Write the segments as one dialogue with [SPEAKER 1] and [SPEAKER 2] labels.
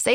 [SPEAKER 1] Say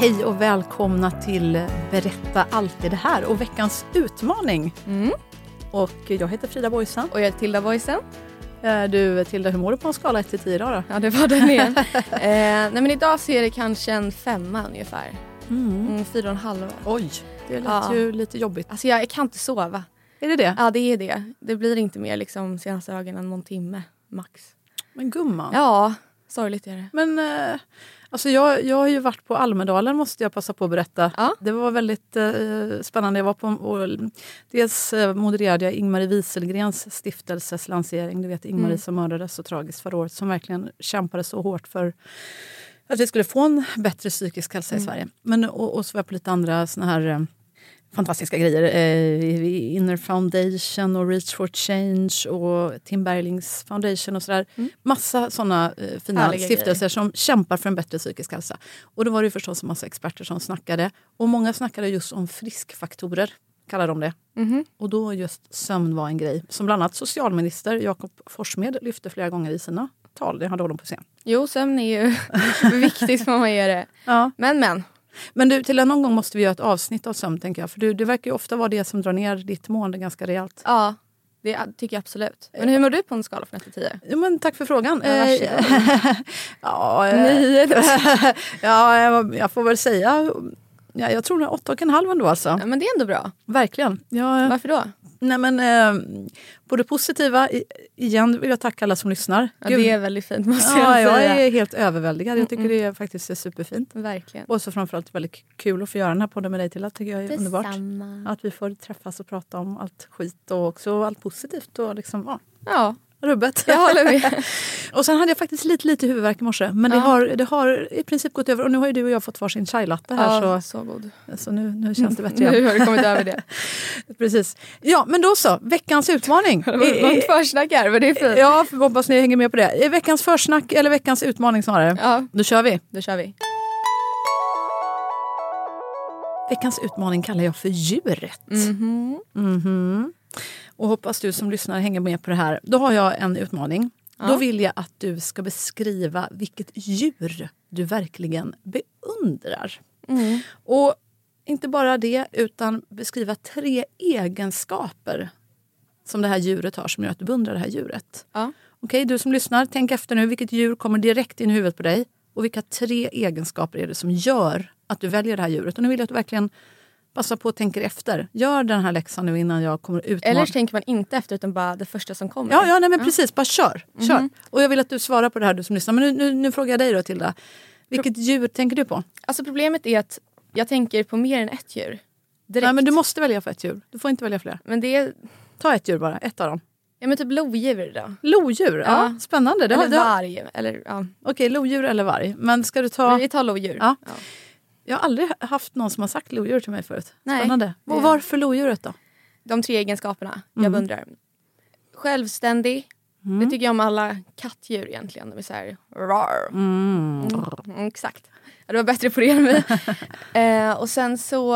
[SPEAKER 2] Hej och välkomna till Berätta alltid det här och veckans utmaning.
[SPEAKER 3] Mm.
[SPEAKER 2] Och jag heter Frida Boysan.
[SPEAKER 3] Och jag är Tilda Boysen.
[SPEAKER 2] Eh, Du Tilda, hur mår du på en skala 1 till 10 idag då?
[SPEAKER 3] Ja, det var den igen. eh, nej, men idag så är det kanske en femma ungefär.
[SPEAKER 2] Mm.
[SPEAKER 3] Mm, fyra och en halv.
[SPEAKER 2] Oj, det lät
[SPEAKER 3] Ja.
[SPEAKER 2] ju lite jobbigt.
[SPEAKER 3] Alltså jag, jag kan inte sova.
[SPEAKER 2] Är det det?
[SPEAKER 3] Ja, det är det. Det blir inte mer liksom senaste dagen än någon timme max.
[SPEAKER 2] Men gumman.
[SPEAKER 3] Ja, sorgligt är det.
[SPEAKER 2] Men eh, alltså jag, jag har ju varit på Almedalen måste jag passa på att berätta.
[SPEAKER 3] Ja.
[SPEAKER 2] Det var väldigt eh, spännande. Jag var på, och, dels eh, modererade jag Ingmarie Wieselgrens stiftelses lansering. Du vet Ingmarie
[SPEAKER 3] Mm.
[SPEAKER 2] som mördades så tragiskt förra året som verkligen kämpade så hårt för att vi skulle få en bättre psykisk hälsa i
[SPEAKER 3] Mm.
[SPEAKER 2] Sverige. Men, och, och så var jag på lite andra såna här eh, fantastiska grejer. Eh, i- i Inner Foundation och Reach for Change och Tim Berglings Foundation och sådär.
[SPEAKER 3] Mm.
[SPEAKER 2] Massa såna eh, fina
[SPEAKER 3] Härliga
[SPEAKER 2] stiftelser som kämpar för en bättre psykisk hälsa. Och då var det ju förstås en massa experter som snackade. Och många snackade just om friskfaktorer, kallar de det.
[SPEAKER 3] Mhm.
[SPEAKER 2] Och då just sömn var en grej som bland annat socialminister Jakob Forssmed lyfte flera gånger i sina tal. Det hade honom på scen.
[SPEAKER 3] Jo, sömn är ju viktigt för man gör det.
[SPEAKER 2] Ja.
[SPEAKER 3] Men men.
[SPEAKER 2] Men du, till någon gång måste vi göra ett avsnitt av sömn tänker jag. För du, det verkar ju ofta vara det som drar ner ditt mående ganska rejält.
[SPEAKER 3] Ja, det tycker jag absolut. Men hur mår du på en skala från 1 till 10?
[SPEAKER 2] Jo, men tack för frågan.
[SPEAKER 3] Ja, varsågod.
[SPEAKER 2] Eh, ja, eh,
[SPEAKER 3] Nio.
[SPEAKER 2] ja, eh, jag- jag får väl säga... Ja, jag tror det är åtta och en halv ändå. Alltså.
[SPEAKER 3] Ja, men det är ändå bra.
[SPEAKER 2] Verkligen. eh. Jag,
[SPEAKER 3] Varför då?
[SPEAKER 2] nej, men, eh, på det positiva, i- igen vill jag tacka alla som lyssnar.
[SPEAKER 3] Ja,
[SPEAKER 2] Gud,
[SPEAKER 3] det är Mm, väldigt fint måste
[SPEAKER 2] ja,
[SPEAKER 3] jag
[SPEAKER 2] jag
[SPEAKER 3] säga.
[SPEAKER 2] är helt överväldigad. Jag tycker det är faktiskt är superfint.
[SPEAKER 3] Verkligen.
[SPEAKER 2] Och så framförallt väldigt kul att få göra den här podden med dig Tilda. tycker jag är underbart. Att vi får träffas och prata om allt skit och också allt positivt och liksom, ja,
[SPEAKER 3] Ja,
[SPEAKER 2] rubbet.
[SPEAKER 3] jag håller med.
[SPEAKER 2] Och sen hade jag faktiskt lite, lite huvudvärk i morse. Men det,
[SPEAKER 3] Ja.
[SPEAKER 2] har, det har i princip gått över. Och nu har ju du och jag fått varsin chai-latte här.
[SPEAKER 3] ja, Mm.
[SPEAKER 2] Så,
[SPEAKER 3] så god.
[SPEAKER 2] så nu, nu känns det bättre
[SPEAKER 3] Nu
[SPEAKER 2] igen.
[SPEAKER 3] har du kommit över det.
[SPEAKER 2] Precis. Ja, men då så. Veckans utmaning.
[SPEAKER 3] Det var ett långt försnack här, men det är fint. Ja.
[SPEAKER 2] ja, hoppas ni hänger med på det. Veckans försnack, eller veckans utmaning snarare. Då kör vi.
[SPEAKER 3] då kör vi.
[SPEAKER 2] Veckans utmaning kallar jag för djuret. Mhm. Och hoppas du som lyssnar hänger med på det här. Då har jag en utmaning.
[SPEAKER 3] Ja.
[SPEAKER 2] Då vill jag att du ska beskriva vilket djur du verkligen beundrar.
[SPEAKER 3] Mm.
[SPEAKER 2] Och inte bara det, utan beskriva tre egenskaper som det här djuret har som gör att du beundrar det här djuret.
[SPEAKER 3] Ja.
[SPEAKER 2] Okej, du som lyssnar, tänk efter nu. Vilket djur kommer direkt in i huvudet på dig? Och vilka tre egenskaper är det som gör att du väljer det här djuret? Och nu vill jag att du verkligen passar på och tänker efter. Gör den här läxan nu innan jag kommer ut.
[SPEAKER 3] Eller så tänker man inte efter utan bara det första som kommer.
[SPEAKER 2] Ja, ja nej, men precis. Bara kör.
[SPEAKER 3] Mhm.
[SPEAKER 2] kör. Och jag vill att du svarar på det här, du som lyssnar. Men nu, nu, nu frågar jag dig då, Tilda. Vilket djur tänker du på?
[SPEAKER 3] Alltså problemet är att jag tänker på mer än ett djur. Direkt.
[SPEAKER 2] Nej, men du måste välja för ett djur. Du får inte välja fler.
[SPEAKER 3] Men det är
[SPEAKER 2] Ta ett djur bara, ett av dem.
[SPEAKER 3] ja, men typ lodjur då.
[SPEAKER 2] Lodjur, ja.
[SPEAKER 3] Ja.
[SPEAKER 2] spännande. Det, har-
[SPEAKER 3] Eller
[SPEAKER 2] det, har-
[SPEAKER 3] varg. Eller, ja.
[SPEAKER 2] Okej, lodjur eller varg. Men ska du ta...
[SPEAKER 3] Vi tar lodjur.
[SPEAKER 2] Ja. Jag har aldrig haft någon som har sagt lodjur till mig förut.
[SPEAKER 3] Nej.
[SPEAKER 2] Spännande.
[SPEAKER 3] Det-
[SPEAKER 2] Och varför lodjuret då?
[SPEAKER 3] De tre egenskaperna
[SPEAKER 2] Mm.
[SPEAKER 3] jag beundrar. Självständig. Det tycker jag om alla kattdjur egentligen. De är så här... Rar.
[SPEAKER 2] Mm.
[SPEAKER 3] Mm, exakt. Ja, det var bättre på det än mig. eh, och sen så,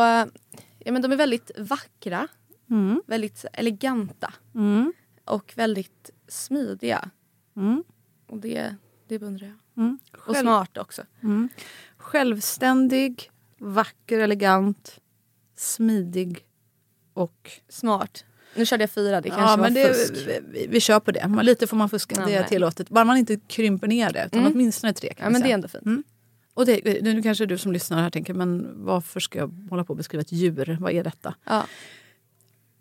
[SPEAKER 3] ja men de är väldigt vackra,
[SPEAKER 2] Mm.
[SPEAKER 3] väldigt eleganta
[SPEAKER 2] Mm.
[SPEAKER 3] och väldigt smidiga.
[SPEAKER 2] Mm.
[SPEAKER 3] Och det, det beundrar jag.
[SPEAKER 2] Mm.
[SPEAKER 3] Och
[SPEAKER 2] Själv-
[SPEAKER 3] smart också.
[SPEAKER 2] Mm. Självständig, vacker, elegant, smidig och...
[SPEAKER 3] Smart. Nu körde jag fyra, det kanske
[SPEAKER 2] ja,
[SPEAKER 3] var
[SPEAKER 2] men det,
[SPEAKER 3] fusk.
[SPEAKER 2] vi, vi, vi kör på det. Men Lite får man fuska,
[SPEAKER 3] Ja,
[SPEAKER 2] det är
[SPEAKER 3] nej.
[SPEAKER 2] tillåtet. Bara man inte krymper ner det, utan
[SPEAKER 3] Mm.
[SPEAKER 2] åtminstone tre. Kan
[SPEAKER 3] Ja
[SPEAKER 2] vi
[SPEAKER 3] men det är
[SPEAKER 2] säga.
[SPEAKER 3] ändå fint.
[SPEAKER 2] Och det, nu kanske du som lyssnar här tänker, men varför ska jag hålla på och beskriva ett djur? Vad är detta?
[SPEAKER 3] Ja.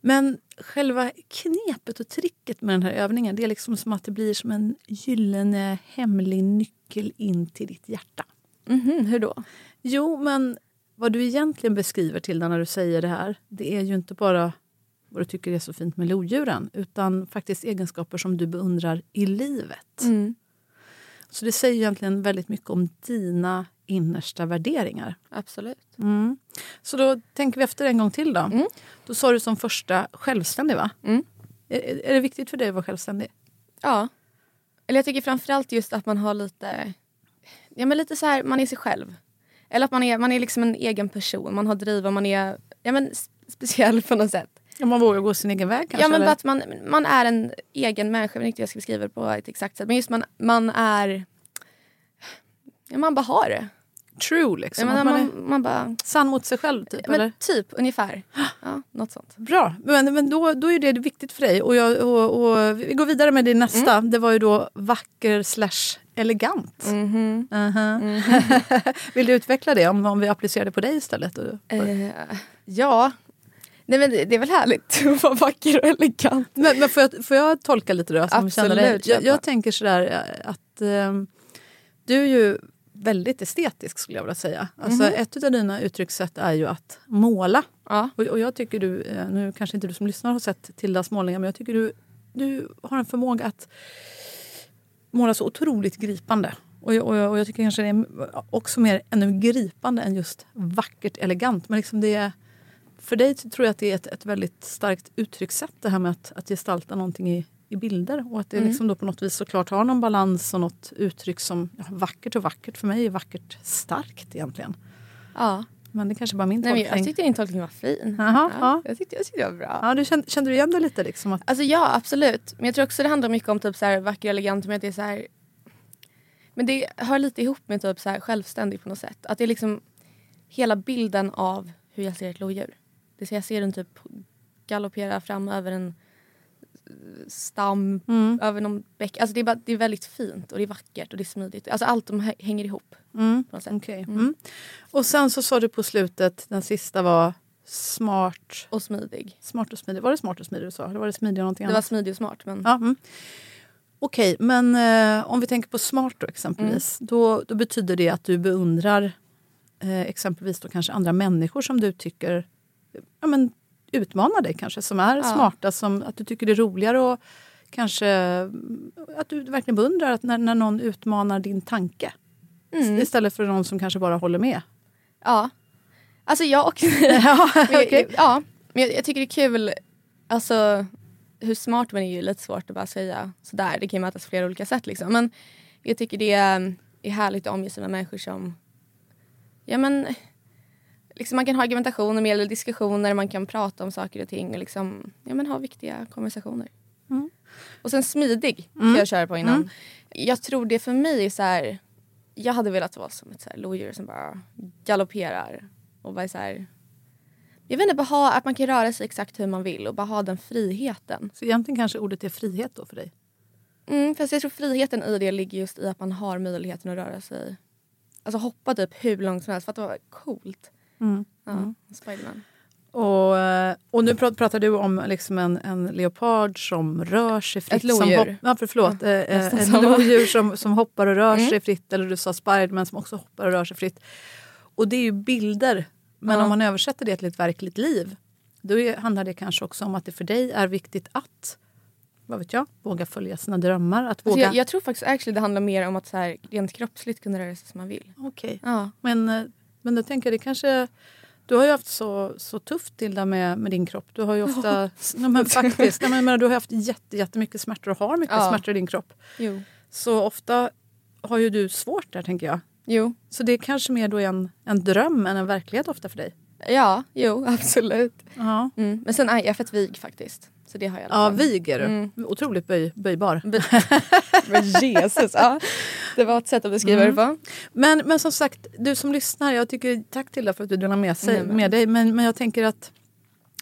[SPEAKER 2] Men själva knepet och tricket med den här övningen det är liksom som att det blir som en gyllene hemlig nyckel in till ditt hjärta.
[SPEAKER 3] Mhm, hur då?
[SPEAKER 2] Jo, men vad du egentligen beskriver till när du säger det här det är ju inte bara vad du tycker är så fint med lodjuren utan faktiskt egenskaper som du beundrar i livet.
[SPEAKER 3] Mm.
[SPEAKER 2] Så det säger ju egentligen väldigt mycket om dina innersta värderingar.
[SPEAKER 3] Absolut.
[SPEAKER 2] Mm. Så då tänker vi efter en gång till. Då Då sa du som första självständig, va?
[SPEAKER 3] Mm.
[SPEAKER 2] Är, är det viktigt för dig att vara självständig?
[SPEAKER 3] Ja. Eller jag tycker framförallt just att man har lite, ja men lite så här, man är sig själv. Eller att man är, man är liksom en egen person, man har driv och man är, ja men s- speciell på något sätt.
[SPEAKER 2] Om man vågar gå sin egen väg kanske?
[SPEAKER 3] ja men
[SPEAKER 2] eller?
[SPEAKER 3] bara att man, man är en egen människa, jag vet inte hur jag ska beskriva det på ett exakt sätt. Men just man, man är, ja, man bara har det.
[SPEAKER 2] True, liksom.
[SPEAKER 3] Ja,
[SPEAKER 2] att
[SPEAKER 3] men,
[SPEAKER 2] man
[SPEAKER 3] man,
[SPEAKER 2] är
[SPEAKER 3] man, bara,
[SPEAKER 2] sann mot sig själv, typ?
[SPEAKER 3] ja, men
[SPEAKER 2] eller?
[SPEAKER 3] typ ungefär. Ja, något sånt.
[SPEAKER 2] Bra, men, men då, då är det viktigt för dig. Och, jag, och, och Vi går vidare med din nästa. Det var ju då vacker slash elegant. Mm-hmm. Aha. Vill du utveckla det om, om vi applicerar det på dig istället? Och-
[SPEAKER 3] Eh, ja. Nej men det, det är väl härligt att vara vacker och elegant.
[SPEAKER 2] Men, men får, jag, får jag tolka lite då? Som känner dig?
[SPEAKER 3] Absolut,
[SPEAKER 2] Jag,
[SPEAKER 3] kör
[SPEAKER 2] jag
[SPEAKER 3] på.
[SPEAKER 2] tänker sådär eh, att ehm, du är ju väldigt estetisk skulle jag vilja säga. Alltså, Ett av dina uttryckssätt är ju att måla.
[SPEAKER 3] Ja.
[SPEAKER 2] Och, och jag tycker du, eh, nu kanske inte du som lyssnar har sett Tildas målningar men jag tycker du, du har en förmåga att måla så otroligt gripande. Och jag, och jag, och jag tycker kanske det är också mer ännu gripande än just vackert elegant. Men liksom det är, för dig så tror jag att det är ett, ett väldigt starkt uttryckssätt det här med att, att gestalta någonting i, i bilder och att
[SPEAKER 3] Mm.
[SPEAKER 2] det liksom då på något vis såklart har någon balans och något uttryck som ja, vackert och vackert. För mig är vackert starkt egentligen.
[SPEAKER 3] ja.
[SPEAKER 2] Men det kanske bara är min
[SPEAKER 3] Nej, men
[SPEAKER 2] tolkning.
[SPEAKER 3] jag tyckte din tolkning var fin.
[SPEAKER 2] Jaha, ja.
[SPEAKER 3] ja. jag, tyckte, jag tyckte det var bra.
[SPEAKER 2] Ja, du kände, kände du igen det lite? Liksom, att,
[SPEAKER 3] Alltså ja, absolut. Men jag tror också det handlar mycket om typ så här vacker och elegant. Men, att det är så här... men det hör lite ihop med typ så här självständig på något sätt. Att det är liksom hela bilden av hur jag ser ett lodjur. Det är så jag ser den typ galoppera fram över en stam,
[SPEAKER 2] Mm.
[SPEAKER 3] över någon bäck. Alltså det är, bara, det är väldigt fint och det är vackert och det är smidigt. Alltså allt de hä- hänger ihop
[SPEAKER 2] mm,
[SPEAKER 3] på något sätt.
[SPEAKER 2] okej. Mm. Och sen så sa du på slutet, den sista var smart,
[SPEAKER 3] Och smidig.
[SPEAKER 2] smart och smidig. Var det smart och smidig du sa? Eller var det smidig och någonting
[SPEAKER 3] Det var
[SPEAKER 2] annat?
[SPEAKER 3] smidig och smart men
[SPEAKER 2] Ja, mm. Okej, men eh, om vi tänker på smart då exempelvis.
[SPEAKER 3] Mm.
[SPEAKER 2] Då, då betyder det att du beundrar eh, exempelvis då kanske andra människor som du tycker ja, men, utmanar dig kanske, som är
[SPEAKER 3] Ja.
[SPEAKER 2] smarta, som att du tycker det är roligare och kanske mm, att du verkligen beundrar att när, när någon utmanar din tanke.
[SPEAKER 3] Mm.
[SPEAKER 2] Istället för någon som kanske bara håller med.
[SPEAKER 3] Ja. Alltså jag och...
[SPEAKER 2] Ja,
[SPEAKER 3] men jag,
[SPEAKER 2] okej.
[SPEAKER 3] ja, men jag, jag tycker det är kul. Alltså hur smart man är ju lite svårt att bara säga sådär. Det kan ju mätas på flera olika sätt liksom. Men jag tycker det är, är härligt att omge sig med människor som... Ja men... Liksom man kan ha argumentationer med eller diskussioner. Man kan prata om saker och ting och liksom ja, men ha viktiga konversationer.
[SPEAKER 2] Mm.
[SPEAKER 3] Och sen smidig kan
[SPEAKER 2] Mm.
[SPEAKER 3] jag köra på innan.
[SPEAKER 2] Mm.
[SPEAKER 3] Jag tror det för mig är så här... Jag hade velat vara som ett så här lodjur som bara galopperar och bara är så här... Jag vet inte, bara ha, att man kan röra sig exakt hur man vill och bara ha den friheten.
[SPEAKER 2] Så egentligen kanske ordet är frihet då för dig?
[SPEAKER 3] Mm, fast jag tror friheten i det ligger just i att man har möjligheten att röra sig. Alltså hoppa typ hur långt som helst. För att det var coolt.
[SPEAKER 2] Mm.
[SPEAKER 3] Ja, Spiderman.
[SPEAKER 2] Och, eh, och nu pr- pratar du om liksom en, en leopard som rör sig fritt.
[SPEAKER 3] Ett lodjur.
[SPEAKER 2] Som hopp, ja, för förlåt, eh, eh,
[SPEAKER 3] nästan
[SPEAKER 2] ett
[SPEAKER 3] samma.
[SPEAKER 2] lodjur som, som hoppar och rör
[SPEAKER 3] Mm.
[SPEAKER 2] sig fritt. Eller du sa Spiderman som också hoppar och rör sig fritt. Och det är ju bilder. Men
[SPEAKER 3] Ja.
[SPEAKER 2] om man översätter det till ett verkligt liv då är, handlar det kanske också om att det för dig är viktigt att vad vet jag, våga följa sina drömmar. Att
[SPEAKER 3] Alltså
[SPEAKER 2] våga...
[SPEAKER 3] jag, jag tror faktiskt actually det handlar mer om att så här, rent kroppsligt kunna röra sig som man vill.
[SPEAKER 2] Okej.
[SPEAKER 3] Ja.
[SPEAKER 2] Men, eh, men då tänker jag, det kanske... Du har ju haft så, så tufft Tilda med, med din kropp. Du har ju ofta... Nej, men faktiskt, nej, men, jag menar, du har ju haft jätte, jättemycket smärtor och har mycket
[SPEAKER 3] Ja.
[SPEAKER 2] smärtor i din kropp.
[SPEAKER 3] Jo.
[SPEAKER 2] Så ofta har ju du svårt där tänker jag.
[SPEAKER 3] Jo,
[SPEAKER 2] Så det är kanske mer då en, en dröm än en verklighet ofta för dig.
[SPEAKER 3] ja, jo absolut.
[SPEAKER 2] Ja,
[SPEAKER 3] Mm. Men sen är jag fett vig faktiskt. Så det har jag i alla
[SPEAKER 2] ja
[SPEAKER 3] fall.
[SPEAKER 2] vig är du.
[SPEAKER 3] Mm.
[SPEAKER 2] Otroligt böj, böjbar.
[SPEAKER 3] Men Jesus, ja. Det var ett sätt att beskriva
[SPEAKER 2] Mm.
[SPEAKER 3] det på.
[SPEAKER 2] Men, men som sagt, du som lyssnar, jag tycker tack Tilda för att du delar med, sig,
[SPEAKER 3] Nej, men-
[SPEAKER 2] med dig. Men, men jag tänker att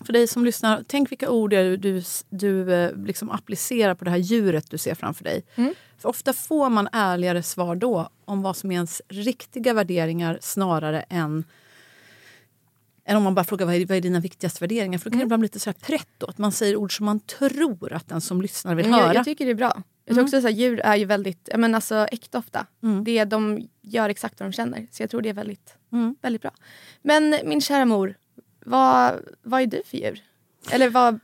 [SPEAKER 2] för dig som lyssnar, tänk vilka ord det är du, du eh, liksom applicerar på det här djuret du ser framför dig.
[SPEAKER 3] Mm.
[SPEAKER 2] För ofta får man ärligare svar då om vad som är ens riktiga värderingar snarare än än om man bara frågar vad är, vad är dina viktigaste värderingar? För då kan
[SPEAKER 3] Mm.
[SPEAKER 2] det ibland bli lite så här pretto, att man säger ord som man tror att den som lyssnar vill
[SPEAKER 3] Men
[SPEAKER 2] höra.
[SPEAKER 3] Mm, Jag, jag tycker det är bra. Jag
[SPEAKER 2] Mm.
[SPEAKER 3] tror också att djur är ju väldigt ja, men alltså, äkta ofta.
[SPEAKER 2] Mm.
[SPEAKER 3] Det, de gör exakt vad de känner. Så jag tror det är väldigt,
[SPEAKER 2] Mm.
[SPEAKER 3] väldigt bra. Men min kära mor, vad, vad är du för djur? Eller vad,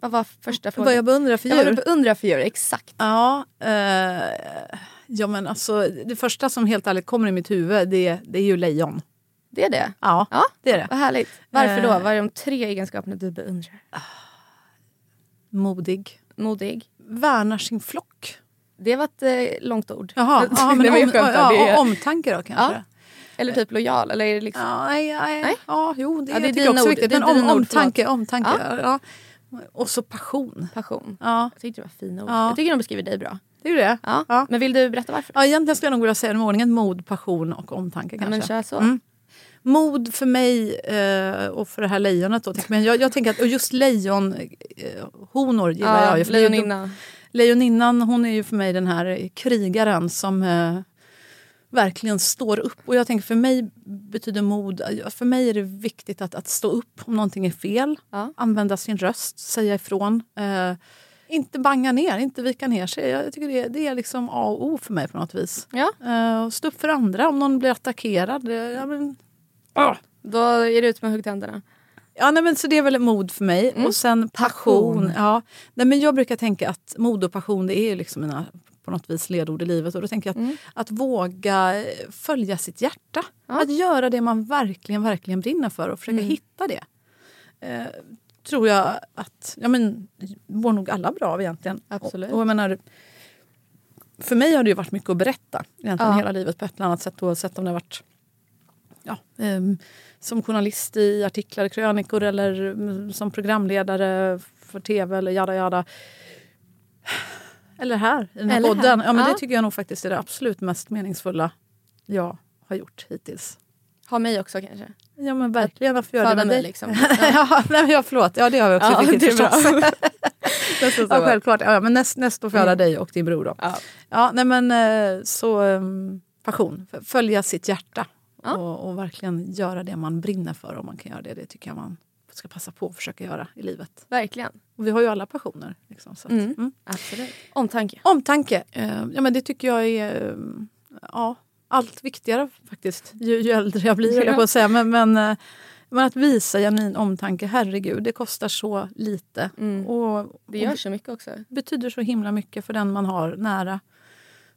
[SPEAKER 3] vad var första frågan?
[SPEAKER 2] Vad jag beundrar för
[SPEAKER 3] Ja, vad
[SPEAKER 2] djur?
[SPEAKER 3] du beundrar för djur, exakt.
[SPEAKER 2] Ja, eh, ja men alltså, det första som helt ärligt kommer i mitt huvud det, är- det är ju lejon.
[SPEAKER 3] Det är det.
[SPEAKER 2] Ja,
[SPEAKER 3] Ja.
[SPEAKER 2] det är det.
[SPEAKER 3] Vad härligt. Varför då?
[SPEAKER 2] Eh.
[SPEAKER 3] Vad är de tre egenskaperna du beundrar?
[SPEAKER 2] Modig.
[SPEAKER 3] Modig.
[SPEAKER 2] Värnar sin flock.
[SPEAKER 3] Det var ett eh, långt ord.
[SPEAKER 2] Jaha, ja, men
[SPEAKER 3] det var ju
[SPEAKER 2] om,
[SPEAKER 3] skönt.
[SPEAKER 2] ja,
[SPEAKER 3] det är-
[SPEAKER 2] ja, omtanke då kanske.
[SPEAKER 3] Eller typ lojal. Eller är det liksom...
[SPEAKER 2] Ja, nej, nej,
[SPEAKER 3] Nej.
[SPEAKER 2] ja jo det,
[SPEAKER 3] Ja, det är
[SPEAKER 2] jag tycker
[SPEAKER 3] dina
[SPEAKER 2] jag också är
[SPEAKER 3] ord.
[SPEAKER 2] viktigt.
[SPEAKER 3] Det är
[SPEAKER 2] Men om,
[SPEAKER 3] dina ord, förlåt.
[SPEAKER 2] omtanke, omtanke. Ja. Och så passion.
[SPEAKER 3] Passion.
[SPEAKER 2] Ja,
[SPEAKER 3] Jag tyckte det var fina ord.
[SPEAKER 2] Ja.
[SPEAKER 3] Jag tycker de beskriver dig bra.
[SPEAKER 2] det är ju det.
[SPEAKER 3] Ja.
[SPEAKER 2] Ja.
[SPEAKER 3] Men vill du berätta varför?
[SPEAKER 2] Ja, egentligen skulle jag nog vilja säga den ordningen mod, passion och omtanke
[SPEAKER 3] Ja,
[SPEAKER 2] kanske.
[SPEAKER 3] men kör så.
[SPEAKER 2] Mm. mod för mig eh, och för det här lejonet. Då. Men jag, jag tänker att och just lejonhonor gillar jag. Ju, för det är ju-
[SPEAKER 3] lejoninna.
[SPEAKER 2] Lejoninnan hon är ju för mig den här krigaren som eh, verkligen står upp. Och jag tänker för mig betyder mod, för mig är det viktigt att, att stå upp om någonting är fel.
[SPEAKER 3] Ja.
[SPEAKER 2] Använda sin röst, säga ifrån. Eh, inte banga ner, inte vika ner sig. Jag tycker det, det är liksom A och O för mig på något vis.
[SPEAKER 3] Ja,
[SPEAKER 2] Eh, och stå upp för andra om någon blir attackerad. Eh, ja, men, ah.
[SPEAKER 3] då är det ut med huggtänderna.
[SPEAKER 2] Ja, nej, men så det är väl mod för mig. Och sen passion.
[SPEAKER 3] Mm. Passion.
[SPEAKER 2] Ja. Nej, men jag brukar tänka att mod och passion det är ju liksom mina på något vis ledord i livet. Och då tänker jag att,
[SPEAKER 3] Mm.
[SPEAKER 2] att våga eh, följa sitt hjärta. Att göra det man verkligen, verkligen brinner för och
[SPEAKER 3] Mm.
[SPEAKER 2] försöka hitta det. Eh, tror jag att, ja men mår nog alla bra av egentligen.
[SPEAKER 3] Absolut.
[SPEAKER 2] Och, och jag menar, för mig har det ju varit mycket att berätta egentligen
[SPEAKER 3] Ja.
[SPEAKER 2] hela livet på ett eller annat sätt oavsett om det har varit ja, ehm, som journalist i artiklar, krönikor eller mm, som programledare för tv eller jada jada. Eller här i den här
[SPEAKER 3] Eller här,
[SPEAKER 2] podden. Ja, men
[SPEAKER 3] ja.
[SPEAKER 2] Det tycker jag nog faktiskt är det absolut mest meningsfulla jag har gjort hittills.
[SPEAKER 3] Ha mig också kanske.
[SPEAKER 2] Ja men verkligen, varför gör det
[SPEAKER 3] Föda
[SPEAKER 2] med
[SPEAKER 3] mig
[SPEAKER 2] dig?
[SPEAKER 3] liksom.
[SPEAKER 2] ja, nej, men jag, förlåt, ja det har vi också
[SPEAKER 3] Ja,
[SPEAKER 2] riktigt
[SPEAKER 3] det är bra.
[SPEAKER 2] förstås.
[SPEAKER 3] så
[SPEAKER 2] ja,
[SPEAKER 3] bra.
[SPEAKER 2] självklart, ja, men näst, nästa föda
[SPEAKER 3] Mm.
[SPEAKER 2] dig och din bror då.
[SPEAKER 3] Ja.
[SPEAKER 2] Ja, nej men eh, så ehm, passion, F- följa sitt hjärta
[SPEAKER 3] Ja.
[SPEAKER 2] och, och verkligen göra det man brinner för om man kan göra det. Det tycker jag man ska passa på att försöka göra i livet.
[SPEAKER 3] Verkligen.
[SPEAKER 2] Och vi har ju alla passioner. Liksom, så att,
[SPEAKER 3] Mm.
[SPEAKER 2] mm.
[SPEAKER 3] Absolut. Omtanke.
[SPEAKER 2] Omtanke, eh, ja men det tycker jag är ehm, ja, allt viktigare faktiskt ju, ju äldre jag blir höll jag på att säga. Men, men, eh, men att visa genuin omtanke, herregud det kostar så lite.
[SPEAKER 3] Mm.
[SPEAKER 2] Och,
[SPEAKER 3] Det gör så mycket också.
[SPEAKER 2] betyder så himla mycket för den man har nära.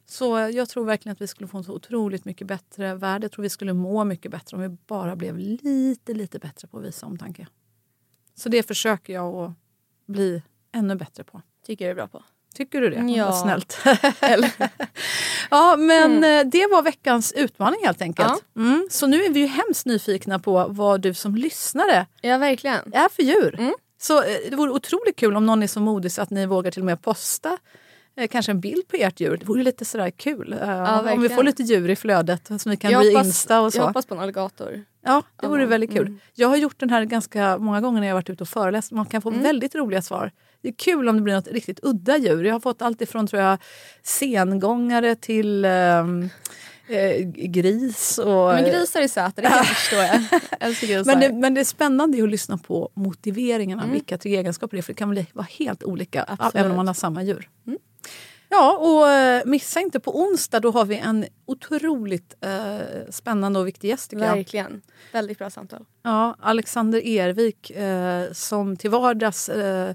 [SPEAKER 2] Så jag tror verkligen att vi skulle få en så otroligt mycket bättre värld. Jag tror vi skulle må mycket bättre om vi bara blev lite, lite bättre på att visa omtanke. Så det försöker jag att bli ännu bättre på.
[SPEAKER 3] Tycker jag är bra på.
[SPEAKER 2] Tycker du det?
[SPEAKER 3] Ja.
[SPEAKER 2] Vad snällt. ja, men
[SPEAKER 3] Mm.
[SPEAKER 2] eh, det var veckans utmaning helt enkelt. Mm. Så nu är vi ju hemskt nyfikna på vad du som lyssnare
[SPEAKER 3] Ja, verkligen.
[SPEAKER 2] är för djur.
[SPEAKER 3] Mm.
[SPEAKER 2] Så eh, det vore otroligt kul om någon är så modig så att ni vågar till och med posta eh, kanske en bild på ert djur. Det vore ju lite sådär kul. Eh, om vi
[SPEAKER 3] verkligen.
[SPEAKER 2] får lite djur i flödet som vi kan re-insta och
[SPEAKER 3] jag
[SPEAKER 2] så.
[SPEAKER 3] hoppas på en alligator.
[SPEAKER 2] Ja, det vore
[SPEAKER 3] Ja, mm.
[SPEAKER 2] väldigt kul. Jag har gjort den här ganska många gånger när jag har varit ute och föreläst. Man kan få
[SPEAKER 3] Mm.
[SPEAKER 2] väldigt roliga svar. Det är kul om det blir något riktigt udda djur. Jag har fått allt ifrån tror jag, sengångare till ehm, eh, gris. Och,
[SPEAKER 3] Men grisar är söta, det kan jag förstå. Jag älskar grisar.
[SPEAKER 2] men det, men det är spännande ju att lyssna på motiveringarna, vilka tre egenskaper det är. För det kan väl vara helt olika,
[SPEAKER 3] Mm. Absolut. Mm.
[SPEAKER 2] även om man har samma djur. Ja, och eh, missa inte på onsdag, då har vi en otroligt eh, spännande och viktig gäst tycker jag.
[SPEAKER 3] Verkligen. Väldigt bra samtal.
[SPEAKER 2] Ja, Alexander Ervik eh, som till vardags eh,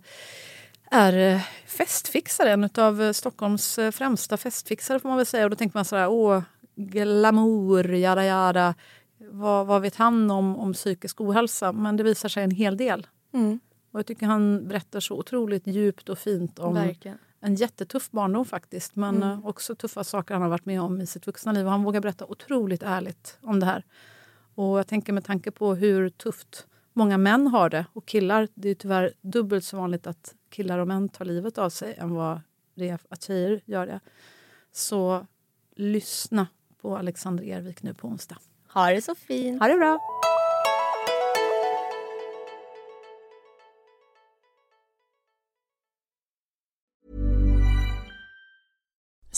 [SPEAKER 2] är eh, festfixare, en av Stockholms eh, främsta festfixare får man väl säga. Och då tänker man sådär, åh, glamour, jada jada. Vad, vad vet han om, om psykisk ohälsa? Men det visar sig en hel del.
[SPEAKER 3] Mm.
[SPEAKER 2] Och jag tycker han berättar så otroligt djupt och fint om
[SPEAKER 3] Verkligen.
[SPEAKER 2] en jättetuff barndom faktiskt, men eh, också tuffa saker han har varit med om i sitt vuxna liv. Och han vågar berätta otroligt ärligt om det här. Och jag tänker med tanke på hur tufft många män har det och killar, det är ju tyvärr dubbelt så vanligt att killar och män tar livet av sig än vad det är att tjejer gör det. Så lyssna på Alexander Ervik nu på onsdag.
[SPEAKER 3] Ha det så fint.
[SPEAKER 2] Ha det bra!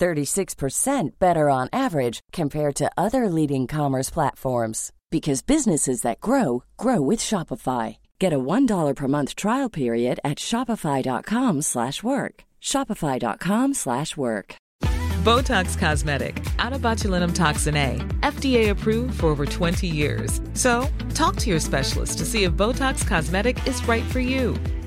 [SPEAKER 4] 36% better on average compared to other leading commerce platforms because businesses that grow grow with Shopify. Get a $1 per month trial period at shopify.com/work. slash work. shopify.com/work. slash work.
[SPEAKER 5] Botox Cosmetic, out of botulinum toxin A, FDA approved for over 20 years. So, talk to your specialist to see if Botox Cosmetic is right for you.